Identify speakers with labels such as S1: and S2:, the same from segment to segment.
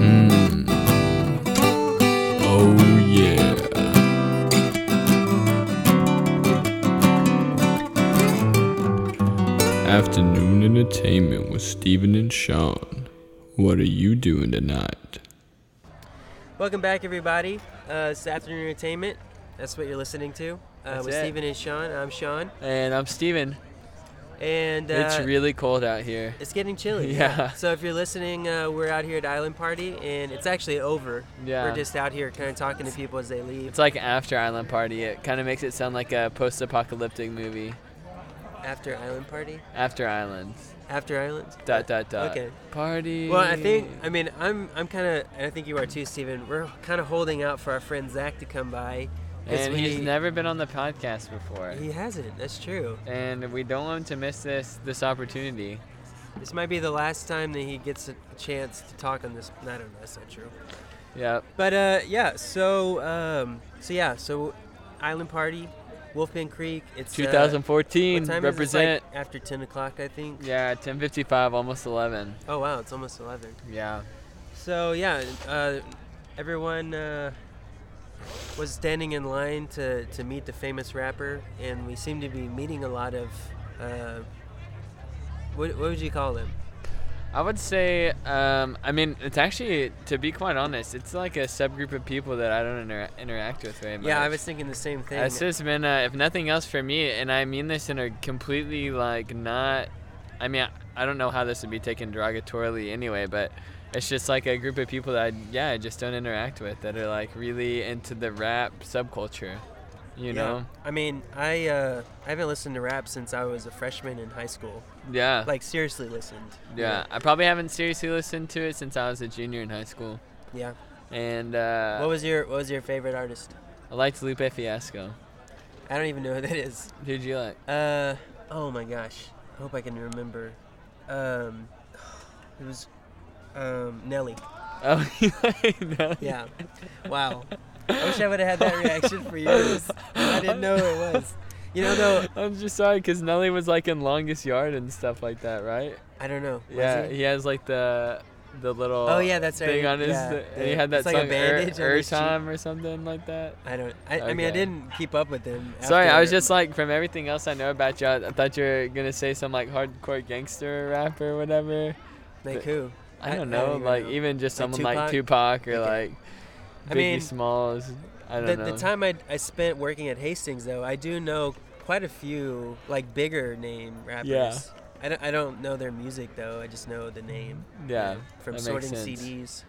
S1: Mm. Oh, Entertainment with Steven and Sean. What are you doing tonight?
S2: Welcome back, everybody. Uh, it's Afternoon Entertainment. That's what you're listening to. Uh,
S3: That's
S2: with
S3: it.
S2: Steven and Sean. I'm Sean.
S3: And I'm Steven.
S2: And uh,
S3: it's really cold out here.
S2: it's getting chilly.
S3: Yeah.
S2: So if you're listening, uh, we're out here at Island Party, and it's actually over.
S3: Yeah.
S2: We're just out here kind of talking to people as they leave.
S3: It's like after Island Party. It kind of makes it sound like a post-apocalyptic movie.
S2: After Island Party?
S3: After Island.
S2: After Islands?
S3: Dot dot dot.
S2: Uh, Okay.
S3: Party.
S2: Well, I think, I mean, I'm I'm kind of, and I think you are too, Steven. We're kind of holding out for our friend Zach to come by. 'cause
S3: And he's
S2: we-
S3: never been on the podcast before.
S2: He hasn't. That's true.
S3: And we don't want him to miss this this opportunity.
S2: This might be the last time that he gets a chance to talk on this. I don't know. That's not true.
S3: Yep.
S2: But uh, yeah, so um, so yeah, so Island Party, Wolfman Creek. It's uh, what
S3: 2014.
S2: time is it? It's
S3: represent.
S2: like after ten o'clock, I think.
S3: yeah, 10:55, almost 11.
S2: Oh wow, it's almost eleven.
S3: Yeah.
S2: So yeah, uh, everyone uh, was standing in line to to meet the famous rapper, and we seem to be meeting a lot of. Uh, what, what would you call them?
S3: I would say, um, I mean, it's actually, to be quite honest, it's like a subgroup of people that I don't inter- interact with very much.
S2: Yeah, I was thinking the same thing.
S3: It's just been, uh, if nothing else for me, and I mean this in a completely like not, I mean, I, I don't know how this would be taken derogatorily anyway, but it's just like a group of people that I, yeah, I just don't interact with that are like really into the rap subculture, you
S2: Yeah.
S3: know?
S2: I mean, I uh, I haven't listened to rap since I was a freshman in high school.
S3: Yeah.
S2: Like seriously listened.
S3: yeah. I probably haven't seriously listened to it since I was a junior in high school.
S2: Yeah.
S3: And uh,
S2: What was your What was your favorite artist?
S3: I liked Lupe Fiasco.
S2: I don't even know who that is.
S3: Who'd you like?
S2: Uh, oh my gosh. I hope I can remember. Um, it was um, Nelly.
S3: Oh, you like Nelly?
S2: Yeah. Wow. I wish I would have had that reaction for years. I didn't know who it was. You know, though.
S3: I'm just sorry, cause Nelly was like in Longest Yard and stuff like that, right?
S2: I don't know. Was
S3: yeah,
S2: he?
S3: he? has like the the little
S2: Oh, yeah, that's right.
S3: thing on his
S2: Yeah,
S3: th- and he
S2: yeah.
S3: had that
S2: It's like a
S3: song Ur-
S2: bandage on his cheek.
S3: Urtime or something like that.
S2: I don't. I, I mean, I
S3: Okay.
S2: didn't keep up with him.
S3: Sorry, I was
S2: after-
S3: just like from everything else I know about you, I, I thought you were gonna say some like hardcore gangster rap or whatever.
S2: like who?
S3: I don't
S2: I
S3: know,
S2: even
S3: like
S2: know.
S3: even just
S2: Like
S3: someone like Tupac or
S2: Okay.
S3: like
S2: I
S3: Biggie
S2: mean,
S3: Smalls. I don't
S2: the,
S3: know.
S2: the time I, I spent working at Hastings, though, I do know quite a few like bigger name rappers.
S3: Yeah.
S2: I don't, I don't know their music though. I just know the name.
S3: yeah,
S2: you know, From
S3: that
S2: sorting
S3: makes sense.
S2: CDs.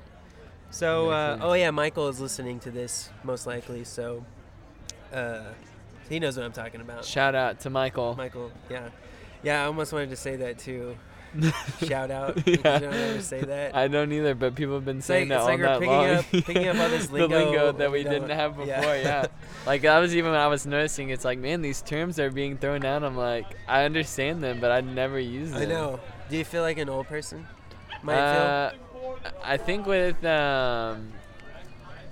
S2: So,
S3: That
S2: uh,
S3: makes sense.
S2: oh yeah, Michael is listening to this most likely. So, uh, he knows what I'm talking about.
S3: Shout out to Michael.
S2: Michael, yeah, yeah. I almost wanted to say that too. Shout out.
S3: Yeah.
S2: You don't ever say that.
S3: I don't either, but people have been saying
S2: like-
S3: that all
S2: it's like
S3: night
S2: we're
S3: long.
S2: picking up- picking up all this
S3: the
S2: lingo
S3: lingo that
S2: we
S3: we didn't
S2: don't-
S3: have before.
S2: yeah.
S3: Yeah. like that was even when I was noticing. It's like, man, these terms are being thrown out. I'm like, I understand them, but I never use them.
S2: I know. Do you feel like an old person? Might
S3: Uh, I think with um,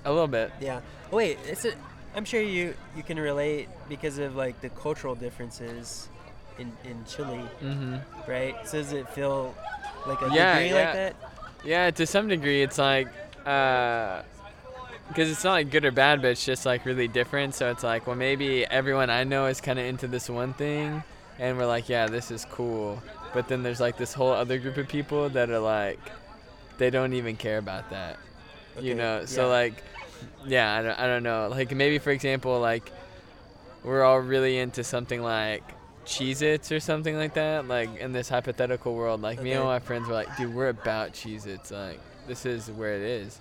S3: a little bit.
S2: feel. Yeah. Wait, it's a. I'm sure you you can relate because of like the cultural differences in in Chile,
S3: hmm
S2: right? So does it feel like a
S3: Yeah,
S2: degree
S3: yeah.
S2: like that?
S3: Yeah, to some degree, it's like. Uh, because it's not like good or bad, but it's just like really different. So it's like, well, maybe everyone I know is kind of into this one thing, and we're like, yeah, this is cool. But then there's like this whole other group of people that are like, they don't even care about that,
S2: Okay,
S3: you know? So
S2: yeah.
S3: like, yeah, I don't, I don't know. Like maybe for example, like we're all really into something like Cheez-Its or something like that. Like in this hypothetical world, like me and
S2: Okay.
S3: all my friends were like, dude, we're about Cheez-Its. Like this is where it is.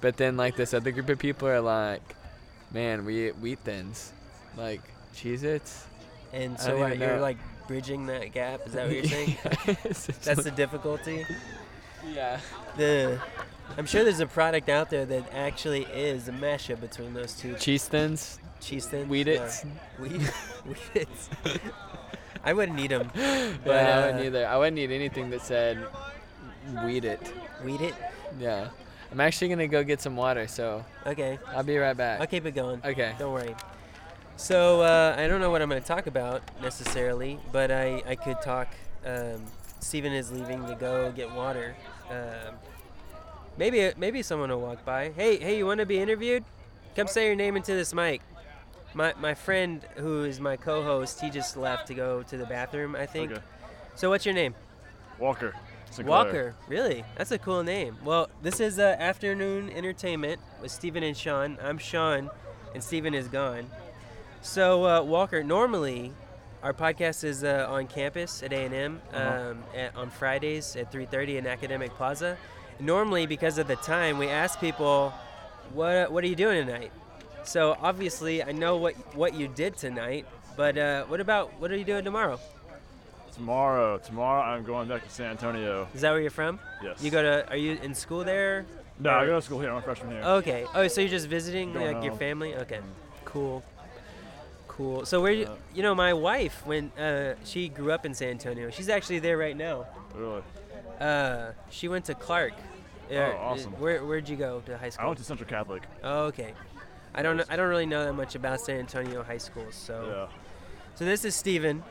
S3: But then like this other group of people are like, man, we eat wheat thins, like Cheez-Its.
S2: And
S3: I
S2: so
S3: don't
S2: what,
S3: even
S2: you're
S3: know.
S2: like bridging that gap. Is that what you're saying? That's the difficulty.
S3: yeah.
S2: The I'm sure there's a product out there that actually is a mashup between those two
S3: Cheese thins,
S2: cheese thins.
S3: wheat its.
S2: Wheat, wheat I wouldn't eat them.
S3: But I wouldn't
S2: uh,
S3: either. I wouldn't eat anything that said wheat it.
S2: Wheat it.
S3: Yeah. I'm actually gonna go get some water, so
S2: Okay,
S3: I'll be right back.
S2: I'll keep it going.
S3: Okay.
S2: Don't worry. So uh, I don't know what I'm going to talk about necessarily, but I, I could talk. Um, Steven is leaving to go get water. Um, maybe maybe someone will walk by. Hey hey, you want to be interviewed? Come say your name into this mic. My my friend who is my co-host, he just left to go to the bathroom. I think.
S4: Okay.
S2: So what's your name?
S4: Walker. Sinclair.
S2: Walker, really? That's a cool name. Well, this is uh, Afternoon Entertainment with Steven and Sean. I'm Sean, and Steven is gone. So, uh, Walker, normally our podcast is uh, on campus at A&M um, at, on Fridays at 3.30 in Academic Plaza. Normally, because of the time, we ask people, what, what are you doing tonight? So, obviously, I know what, what you did tonight, but uh, what about, what are you doing tomorrow?
S4: Tomorrow, tomorrow I'm going back to San Antonio.
S2: Is that where you're from?
S4: Yes.
S2: You go to, are you in school there?
S4: No, I go to school here. I'm a freshman here.
S2: Okay. Oh, so you're just visiting
S4: Going
S2: like your
S4: home. Mm-hmm.
S2: family? Okay. Cool. Cool. So where you,
S4: Yeah.
S2: you know my wife when uh, she grew up in San Antonio. She's actually there right now.
S4: Really?
S2: Uh, she went to Clark. Yeah,
S4: Oh, awesome.
S2: Where where'd you go to high
S4: I
S2: school?
S4: went to Central Catholic.
S2: oh, okay. I don't know, I don't really know that much about San Antonio high schools. So
S4: Yeah.
S2: so this is Steven.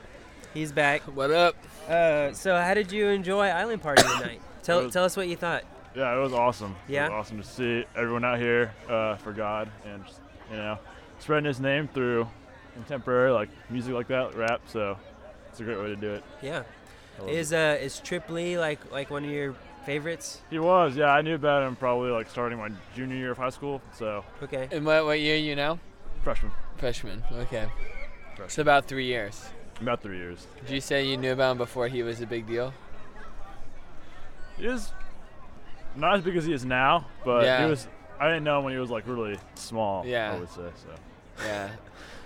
S2: He's back.
S3: What up?
S2: Uh, so how did you enjoy Island Party tonight?
S4: It
S2: Tell
S4: was-
S2: tell us what you thought.
S4: Yeah, it was awesome.
S2: Yeah?
S4: It was awesome to see everyone out here uh, for God and just, you know spreading His name through contemporary like music like that, rap. So it's a great way to do it.
S2: Yeah.
S4: I loved
S2: Is uh is Trip Lee like like one of your favorites?
S4: He was, yeah. I knew about him probably like starting my junior year of high school, so
S2: Okay.
S3: And what what year you now?
S4: freshman,
S3: Freshman. Okay. It's about three years.
S4: about three years.
S3: Did you say you knew about him before he was a big deal?
S4: He is not as big as he is now, but
S3: Yeah.
S4: he was. I didn't know him when he was like really small.
S3: Yeah.
S4: I would say so.
S3: Yeah.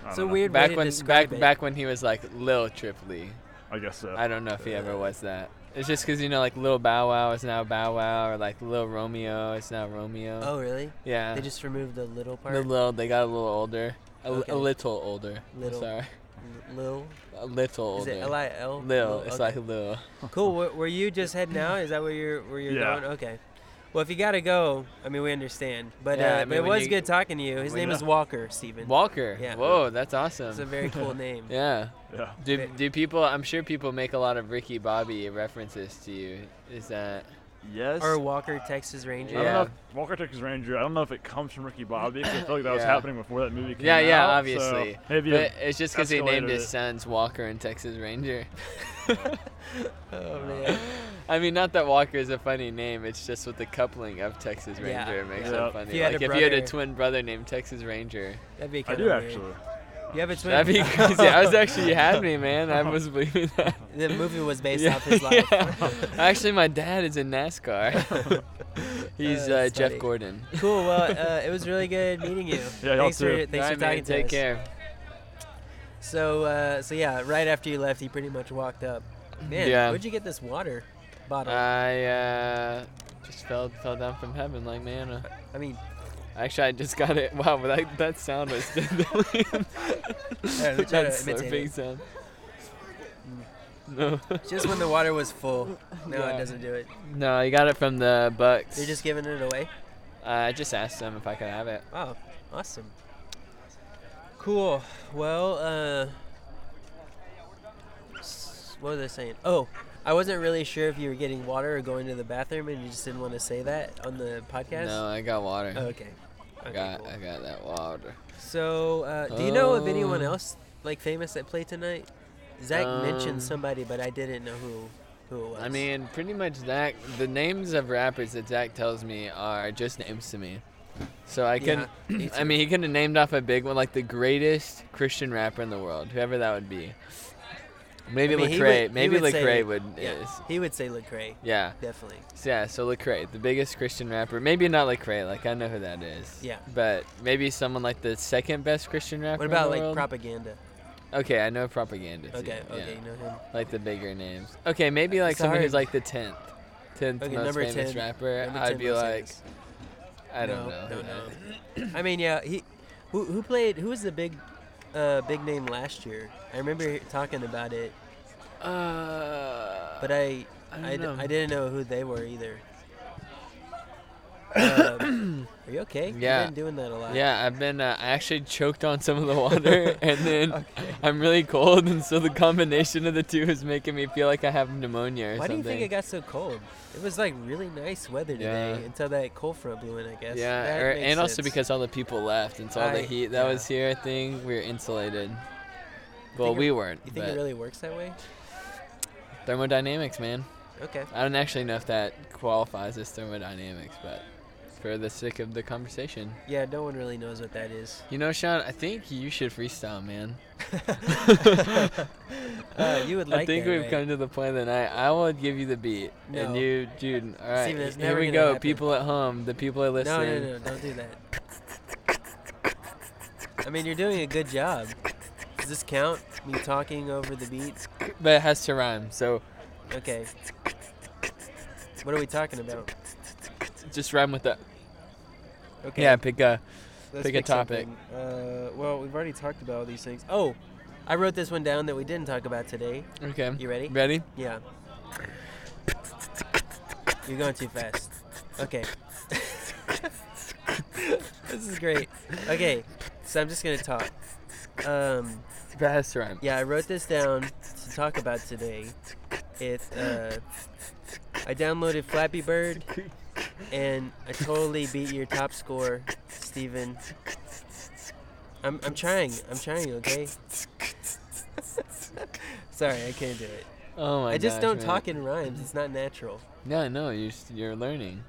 S4: I
S2: It's
S4: don't
S2: a
S4: know.
S2: weird way
S3: back
S2: to
S3: when
S2: describe
S3: back
S2: it.
S3: back when he was like Lil Tripoli.
S4: I guess so.
S3: I don't know if he ever was that. It's just because you know like Lil Bow Wow is now Bow Wow or like Lil Romeo is now Romeo.
S2: Oh, really?
S3: yeah.
S2: They just removed the little part.
S3: the little they got a little older, a,
S2: Okay.
S3: a little older.
S2: Little.
S3: Sorry,
S2: L- Lil.
S3: a little
S2: Is
S3: older.
S2: it L I L?
S3: Lil. It's
S2: okay.
S3: like Lil.
S2: cool. Were, were you just heading out? Is that where you're where you're
S4: Yeah.
S2: going? Okay. Well, if you gotta go, I mean, we understand. But
S3: Yeah,
S2: uh,
S3: I
S2: but
S3: mean,
S2: it
S3: when
S2: was
S3: you-
S2: good talking to you. His
S4: Well,
S2: name
S4: yeah.
S2: is Walker Stephen.
S3: Walker.
S2: Yeah.
S3: Whoa, that's awesome.
S2: It's a very cool name.
S3: yeah.
S4: Yeah.
S3: Do,
S2: Okay.
S3: do people? I'm sure people make a lot of Ricky Bobby references to you. Is that?
S4: Yes.
S2: Or Walker Texas
S4: I
S2: Ranger.
S4: don't know
S3: Yeah.
S4: if Walker Texas Ranger. I don't know if it comes from Ricky Bobby. 'cause I feel like that was
S3: Yeah.
S4: happening before that movie came
S3: Yeah,
S4: out.
S3: yeah,
S4: so
S3: obviously.
S4: maybe
S3: but
S4: it-
S3: it's just because he
S4: escalated
S3: named his
S4: it.
S3: sons Walker and Texas Ranger.
S2: Oh man.
S3: I mean, not that Walker is a funny name. It's just with the coupling of Texas
S2: Yeah.
S3: Ranger it makes
S4: Yeah.
S3: it funny.
S2: If you had
S3: like
S2: a
S3: if you had a
S2: brother-
S3: twin brother named Texas Ranger,
S2: That'd be
S4: I
S2: kind of
S4: do actually.
S2: You have a twin.
S3: that'd be crazy. I was actually you had me, man. I was believing that.
S2: the movie was based
S3: Yeah,
S2: off his life.
S3: yeah. Actually, my dad is in NASCAR. He's
S2: Uh,
S3: uh,
S2: that's
S3: Jeff
S2: funny.
S3: Gordon.
S2: Cool. Well, uh, it was really good meeting you.
S4: Yeah, y'all
S2: thanks for
S4: too.
S2: thanks
S3: Alright,
S2: for talking
S3: man,
S2: to
S3: Take
S2: us.
S3: care.
S2: So, uh, so yeah, right after you left, he pretty much walked up. Man,
S3: Yeah.
S2: where'd you get this water bottle?
S3: I uh, just fell fell down from heaven like manna.
S2: I mean,
S3: Actually, I just got it. Wow, but that, that sound was definitely
S2: try to
S3: that
S2: imitate
S3: slurping
S2: it.
S3: sound. No,
S2: just when the water was full. No,
S3: Yeah.
S2: it doesn't do it.
S3: no, I got it from the Bucks.
S2: They're just giving it away.
S3: Uh, I just asked them if I could have it.
S2: Wow, awesome. Cool. Well, uh, s- what was I saying? Oh, I wasn't really sure if you were getting water or going to the bathroom, and you just didn't want to say that on the podcast.
S3: No, I got water.
S2: Oh, okay.
S3: I
S2: Okay,
S3: got
S2: cool.
S3: I got that water.
S2: So, uh, do you know of anyone
S3: Um,
S2: else like famous that played tonight? Zach
S3: um,
S2: mentioned somebody, but I didn't know who who it was.
S3: I mean, pretty much Zach. The names of rappers that Zach tells me are just names to me. So I can.
S2: Yeah, me
S3: I mean, he could have named off a big one, like the greatest Christian rapper in the world, whoever that would be. Maybe
S2: I mean, he
S3: Lecrae.
S2: would- he
S3: maybe
S2: would say-
S3: Lecrae would.
S2: yeah,
S3: Is,
S2: he would say Lecrae,
S3: yeah.
S2: definitely.
S3: So, yeah. So Lecrae, the biggest Christian rapper. Maybe not Lecrae. Like I know who that is.
S2: Yeah.
S3: But maybe someone like the second best Christian rapper.
S2: What
S3: in
S2: about
S3: the
S2: like
S3: world?
S2: propaganda?
S3: Okay, I know propaganda. Too.
S2: Okay,
S3: yeah.
S2: okay, you know him.
S3: Like the bigger names. Okay, maybe like
S2: It's
S3: someone
S2: hard.
S3: who's like the tenth, tenth
S2: Okay,
S3: most
S2: number
S3: famous
S2: 10,
S3: rapper.
S2: Number
S3: I'd
S2: 10
S3: be
S2: most
S3: like,
S2: famous.
S3: I don't
S2: No,
S3: know. who that is.
S2: no, no. I mean, yeah, he who who played who was the big uh, big name last year? I remember talking about it,
S3: Uh,
S2: but I
S3: I don't
S2: I, d-
S3: know.
S2: I didn't know who they were either. Um, are you okay?
S3: Yeah.
S2: You've been doing that a lot.
S3: yeah, I've been. Uh, I actually choked on some of the water, and then I'm really cold, and so the combination of the two is making me feel like I have pneumonia or
S2: Why do
S3: something.
S2: you think it got so cold? It was like really nice weather today
S3: Yeah.
S2: until that cold front blew in. I guess.
S3: yeah,
S2: That
S3: or,
S2: makes
S3: and also
S2: sense.
S3: because all the people left, and so all the
S2: I-
S3: heat that
S2: yeah.
S3: was here, I think we were insulated.
S2: You
S3: Well,
S2: think it-
S3: we weren't.
S2: you think
S3: but
S2: it really works that way.
S3: thermodynamics, man.
S2: Okay.
S3: I don't actually know if that qualifies as thermodynamics, but for the sake of the conversation,
S2: Yeah, no one really knows what that is.
S3: you know, Sean, I think you should freestyle, man.
S2: Uh, you would like
S3: I think
S2: that,
S3: we've
S2: right?
S3: come to the point that I I will give you the beat, and
S2: No.
S3: you, dude. All right,
S2: Steven, it's
S3: here
S2: never
S3: we
S2: gonna
S3: go.
S2: happen.
S3: People at home, the people are
S2: No,
S3: listening.
S2: no, no, don't do that. I mean, you're doing a good job. Does this count? Me talking over the beat?
S3: But it has to rhyme, so
S2: Okay. What are we talking about?
S3: just rhyme with that.
S2: Okay.
S3: Yeah, pick a.
S2: let's
S3: pick a
S2: pick
S3: topic.
S2: something. Uh, well, we've already talked about all these things. Oh, I wrote this one down that we didn't talk about today.
S3: Okay.
S2: You ready?
S3: Ready?
S2: Yeah. You're going too fast. Okay. this is great. Okay, so I'm just gonna talk. Um,
S3: That has to rhyme.
S2: yeah, I wrote this down to talk about today. It. Uh, I downloaded Flappy Bird, and I totally beat your top score, Steven. I'm, I'm trying. I'm trying. Okay. Sorry, I can't do it.
S3: Oh my
S2: I just
S3: gosh,
S2: don't
S3: man.
S2: talk in rhymes. It's not natural.
S3: No, no, you're s- you're learning.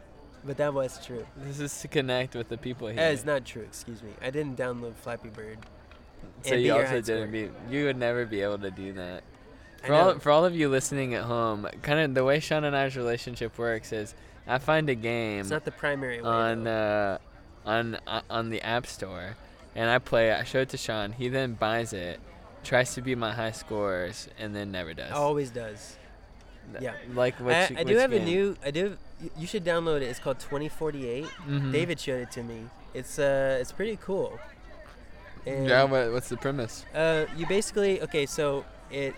S2: But that was true.
S3: This is to connect with the people here.
S2: Eh, It's not true. Excuse me. I didn't download Flappy Bird.
S3: so
S2: and be
S3: you
S2: your
S3: also
S2: high score.
S3: didn't be. You would never be able to do that.
S2: I
S3: For all,
S2: know.
S3: for all of you listening at home, kind of the way Sean and I's relationship works is, I find a game.
S2: It's not the primary way.
S3: on
S2: though.
S3: uh, on uh, on the app store, and I play. it. I show it to Sean. He then buys it, tries to be my high scores, and then never does.
S2: always does.
S3: Th-
S2: Oh, yeah.
S3: Like what?
S2: I, I do have a new. I do. y- You should download it. It's called 2048.
S3: Mm-hmm.
S2: David showed it to me. It's uh, it's pretty cool. And,
S3: Yeah. What, what's the premise?
S2: Uh, you basically okay. So it.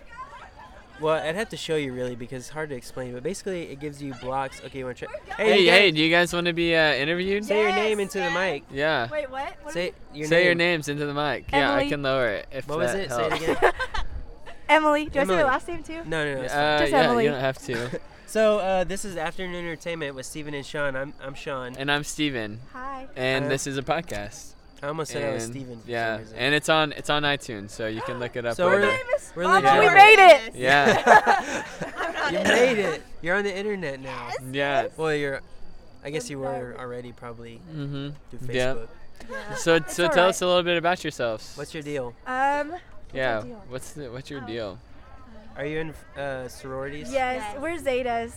S2: Well, I'd have to show you really because it's hard to explain. But basically, it gives you blocks. Okay, you want to try?
S3: Hey, hey,
S2: you guys-
S3: do you guys want to be uh, interviewed?
S2: Say your
S5: Yes,
S2: name into the
S5: yes.
S2: mic.
S3: yeah.
S5: Wait, what? what
S2: Say your
S3: say
S2: name.
S3: your names into the mic. Yeah, I
S5: Emily.
S3: can lower it. If
S2: What was
S3: that
S2: it? Say it
S3: helps.
S2: again.
S5: Emily. Do I say
S2: Emily.
S5: the last name too?
S2: No, no, no. it's fine.
S3: Uh,
S5: Just
S3: yeah,
S5: Emily.
S3: you don't have to.
S2: so uh, this is Afternoon Entertainment with Steven and Sean. I'm I'm Sean.
S3: and I'm Steven.
S5: Hi.
S3: And
S2: Uh,
S3: this is a podcast.
S2: I almost said I was
S3: And-
S2: Steven. For
S3: Yeah,
S2: some reason.
S3: and it's on it's on iTunes, so you can look it up.
S2: So we're-
S3: later.
S5: Famous.
S2: We're
S5: Mama,
S3: legit.
S5: we made it.
S3: yeah.
S5: I'm not
S2: you
S5: it.
S2: made it. You're on the internet now.
S3: Yeah.
S2: Well, you're. I guess you were already probably
S3: Mm-hmm.
S2: through
S3: Yeah.
S2: Facebook.
S5: Yeah.
S3: So,
S5: It's
S3: so
S5: all
S3: tell
S5: right.
S3: us a little bit about yourselves.
S2: What's your deal?
S5: Um.
S3: yeah?
S5: our deal?
S3: What's the, what's your
S5: Oh.
S3: deal?
S2: Are you in uh, sororities?
S5: Yes, we're Zetas.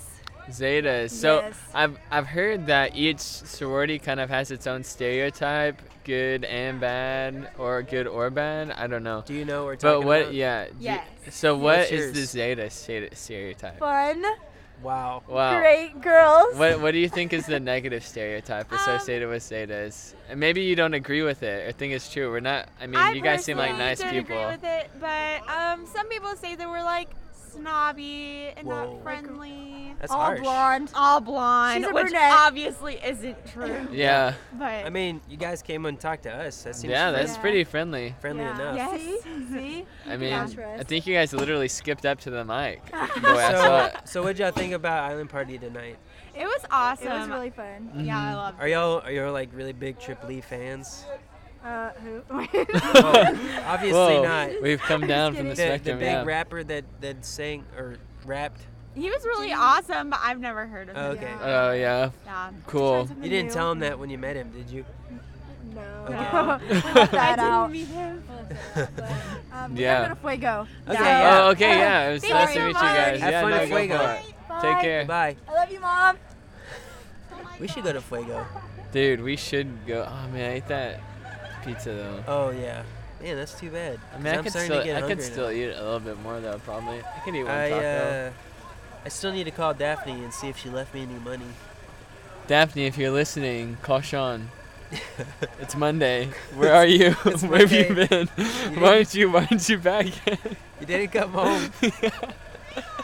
S3: Zetas. So
S5: Yes.
S3: I've I've heard that each sorority kind of has its own stereotype, good and bad, or good or bad. I don't know.
S2: Do you know what we're
S3: But
S2: talking
S3: what?
S2: about?
S3: Yeah. do-
S5: Yes.
S3: So
S2: What's
S3: what is the
S2: yours?
S3: Zeta stere- stereotype?
S5: Fun,
S2: Wow.
S3: Wow.
S5: great girls.
S3: What What do you think is the negative stereotype
S5: Um,
S3: associated with Zetas? And maybe you don't agree with it or think it's true. We're not. I mean,
S6: I
S3: you guys seem like
S6: personally
S3: nice
S6: don't
S3: people.
S6: agree with it, but um, some people say that we're like snobby and
S2: Whoa.
S6: not friendly,
S2: That's
S5: All
S2: harsh.
S5: blonde.
S6: all blonde,
S5: She's a
S6: which
S5: brunette.
S6: obviously isn't true.
S3: yeah.
S6: But
S2: I mean, you guys came and talked to us. That seems
S3: Yeah. That's
S6: Yeah.
S3: pretty friendly.
S2: friendly
S6: Yeah.
S2: enough.
S5: Yes.
S6: See?
S5: See?
S3: I mean,
S5: ask
S3: I
S5: us.
S3: think you guys literally skipped up to the mic. the way I saw it.
S2: So, so what'd y'all think about Island Party tonight?
S6: it was awesome.
S5: It was really fun.
S6: yeah, I loved
S2: Are y'all are y'all like really big Trip Lee fans?
S5: Uh, who?
S2: Oh, obviously
S3: Whoa,
S2: not.
S3: We've come down from the
S5: kidding.
S2: The, the
S3: spectrum.
S2: big
S3: yeah.
S2: rapper that that sang or rapped.
S6: it. He was really awesome, but I've never heard of
S2: Oh,
S6: him.
S2: okay.
S5: Yeah.
S3: Oh yeah,
S6: Yeah.
S3: cool.
S5: Something
S2: You didn't
S5: new.
S2: tell him that when you met him, did you?
S5: No.
S2: Okay.
S5: we left that
S6: I
S5: out.
S6: didn't meet him.
S5: Um,
S3: Yeah.
S5: we're going to Fuego.
S2: Okay,
S5: So-
S2: yeah.
S3: Oh okay, yeah. It was
S6: Thank you
S3: nice to
S6: so
S3: meet you
S6: much.
S3: guys.
S2: Have
S3: yeah,
S2: fun
S3: no,
S2: at
S3: go
S2: Fuego.
S3: for it.
S5: Bye.
S3: Take care,
S2: Goodbye.
S5: I love you, Mom.
S2: We should go to Fuego.
S3: dude. We should go. Oh man, I ate that pizza though.
S2: Oh yeah. Man, that's too bad.
S3: I
S2: 'cause
S3: mean, I
S2: I'm
S3: could
S2: starting
S3: still,
S2: to get
S3: I
S2: hungry
S3: could
S2: now.
S3: still eat a little bit more though. Probably, I could eat one
S2: I
S3: taco.
S2: uh, I still need to call Daphne and see if she left me any money.
S3: Daphne, if you're listening, call Sean. it's Monday. Where are you?
S2: It's
S3: Where have you
S2: Monday.
S3: been?
S2: didn't-
S3: why aren't you? Why aren't you back?
S2: You didn't come home.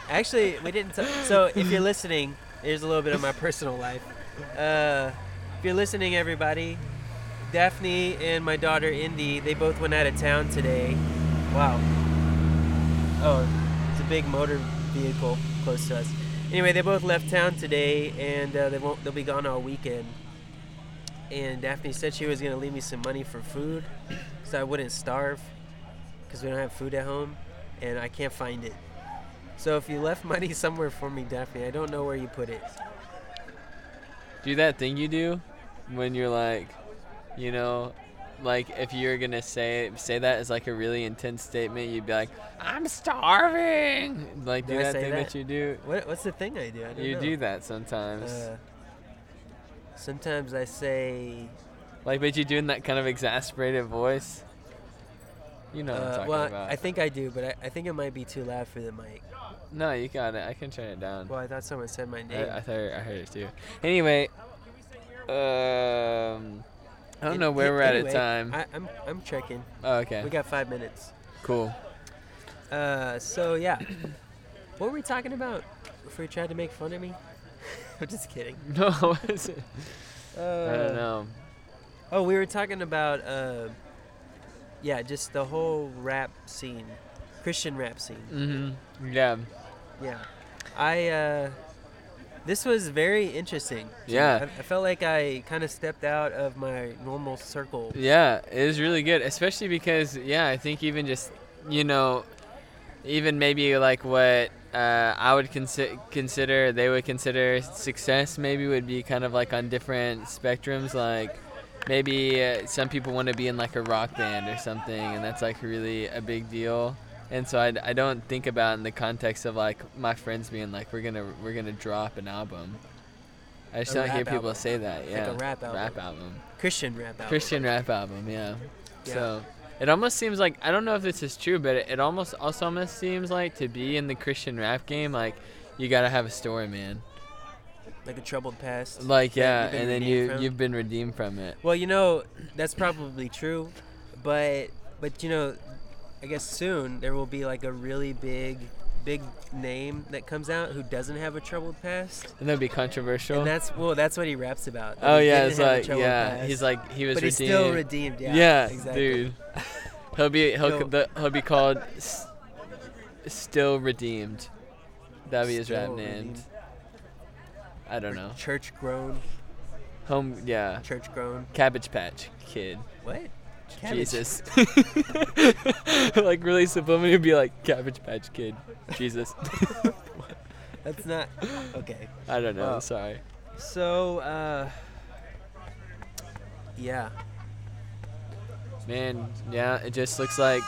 S2: Actually, we didn't. T- so if you're listening, here's a little bit of my personal life. Uh, if you're listening, everybody, Daphne and my daughter Indy, they both went out of town today. Wow. Oh, it's a big motor vehicle close to us. Anyway, they both left town today, and uh, they won't. They'll be gone all weekend. And Daphne said she was gonna leave me some money for food, so I wouldn't starve, because we don't have food at home, and I can't find it. So if you left money somewhere for me, Daphne, I don't know where you put it.
S3: Do that thing you do when you're like, you know, like if you're gonna say say that as like a really intense statement, you'd be like, "I'm starving." Like
S2: Did
S3: do
S2: I
S3: that
S2: say
S3: thing
S2: that?
S3: that? you do.
S2: What, what's the thing I do? I don't
S3: You
S2: know.
S3: do that sometimes.
S2: Uh, sometimes I say,
S3: like, but you do in that kind of exasperated voice. You know what I'm
S2: uh,
S3: talking
S2: well,
S3: about.
S2: I think I do, but I, I think it might be too loud for the mic.
S3: no, you got it. I can turn it down.
S2: Well, I thought someone said my name.
S3: I, I heard, I heard it too. Anyway, um, I don't
S2: An-
S3: know where
S2: an-
S3: we're at
S2: anyway,
S3: at time.
S2: I, I'm, I'm checking.
S3: oh, okay,
S2: We got five minutes.
S3: cool.
S2: Uh, so yeah, what were we talking about? Before you tried to make fun of me? I'm just kidding.
S3: No, what is it?
S2: Uh,
S3: I don't know.
S2: Oh, we were talking about, uh, yeah, just the whole rap scene, Christian rap scene.
S3: Mm-hmm. Yeah,
S2: Yeah, I. Uh, this was very interesting. to me.
S3: Yeah.
S2: I, I felt like I kind of stepped out of my normal circle.
S3: yeah, it is really good, especially because yeah, I think even just you know, even maybe like what uh, I would consi- consider, they would consider success. Maybe would be kind of like on different spectrums, like. Maybe uh, some people want to be in like a rock band or something, and that's like really a big deal. and so I, I don't think about it in the context of like my friends being like we're gonna we're gonna drop an album. I just
S2: A
S3: don't hear
S2: rap
S3: people
S2: album.
S3: say that.
S2: Like
S3: Yeah,
S2: a rap album. Christian rap album.
S3: Christian rap album. Yeah.
S2: Yeah.
S3: So it almost seems like I don't know if this is true, but it, it almost also almost seems like to be in the Christian rap game, like you gotta have a story, man.
S2: like a troubled past.
S3: Like
S2: that
S3: yeah,
S2: you've been
S3: and then
S2: redeemed
S3: you
S2: from.
S3: you've been redeemed from it.
S2: Well, you know, that's probably true, but but you know, I guess soon there will be like a really big big name that comes out who doesn't have a troubled past,
S3: And that'd be controversial.
S2: and that's well, that's what he raps about. that
S3: oh
S2: he
S3: yeah,
S2: didn't
S3: it's
S2: have a
S3: like
S2: troubled
S3: yeah,
S2: past,
S3: he's like he was
S2: but
S3: redeemed.
S2: he's still redeemed. Yeah, exactly.
S3: dude. He'll be he'll
S2: No.
S3: the, he'll be called s- still redeemed. That'd be his rap
S2: Still
S3: name.
S2: redeemed.
S3: I don't know.
S2: Church grown,
S3: Home, yeah.
S2: church grown.
S3: Cabbage Patch Kid.
S2: What? Cabbage.
S3: Jesus. like really subliminally it'd be like Cabbage Patch Kid. Jesus.
S2: That's not okay.
S3: I don't know.
S2: Wow.
S3: Sorry.
S2: So, uh, yeah,
S3: Man, yeah. It just looks like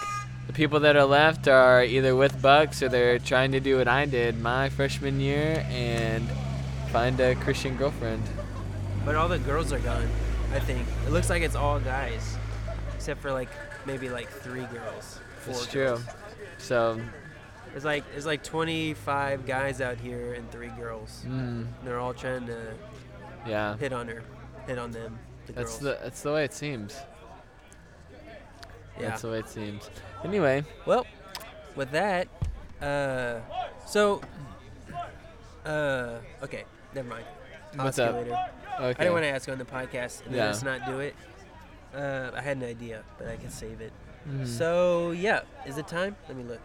S3: the people that are left are either with Bucks or they're trying to do what I did my freshman year and find a Christian girlfriend.
S2: but all the girls are gone. I think it looks like it's all guys, except for like maybe like three girls. Four
S3: That's
S2: girls.
S3: true. So,
S2: It's like it's like 25 guys out here and three girls.
S3: mm,
S2: And they're all trying to
S3: yeah,
S2: hit on her, hit on them. The
S3: that's
S2: girls.
S3: the that's the way it seems.
S2: yeah.
S3: That's the way it seems. Anyway,
S2: Well, with that, uh, so, uh, okay, never mind. I'll
S3: What's
S2: ask you
S3: up?
S2: later. I
S3: okay.
S2: didn't want to ask on the podcast and then
S3: Yeah.
S2: just not do it. Uh, I had an idea, but I can save it.
S3: Mhm.
S2: So yeah, is it time? Let me look.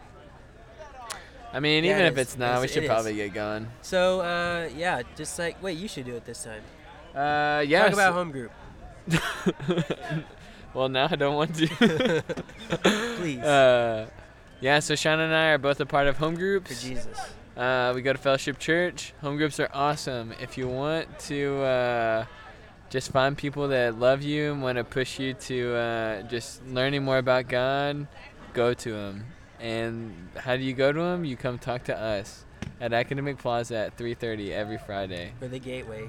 S3: I mean,
S2: Yeah,
S3: even
S2: it
S3: if
S2: is.
S3: it's not, we
S2: It's-
S3: should
S2: it is.
S3: probably get going.
S2: So uh, yeah, just like wait, you should do it this time.
S3: Uh, yeah.
S2: Talk about home group,
S3: well, now I don't want to.
S2: please,
S3: uh, yeah. So Sean and I are both a part of home
S2: for
S3: groups.
S2: Jesus.
S3: Uh, we go to Fellowship Church. Home groups are awesome. If you want to uh, just find people that love you and want to push you to uh, just learning more about God, go to them. And how do you go to them? You come talk to us at Academic Plaza at 3:30 every Friday.
S2: Or the gateway.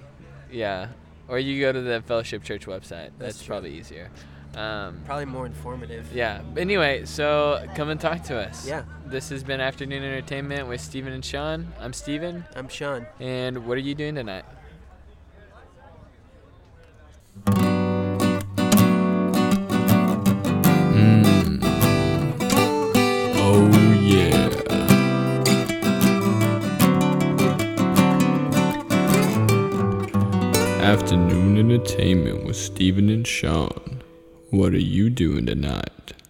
S3: Yeah, or you go to the Fellowship Church website.
S2: That's
S3: That's,
S2: true.
S3: probably easier. Um,
S2: Probably more informative.
S3: yeah. But anyway, so come and talk to us.
S2: Yeah.
S3: This has been Afternoon Entertainment with Steven and Sean. I'm Steven.
S2: I'm Sean.
S3: And what are you doing tonight?
S1: Mm. Oh yeah. Afternoon entertainment with Steven and Sean. What are you doing tonight?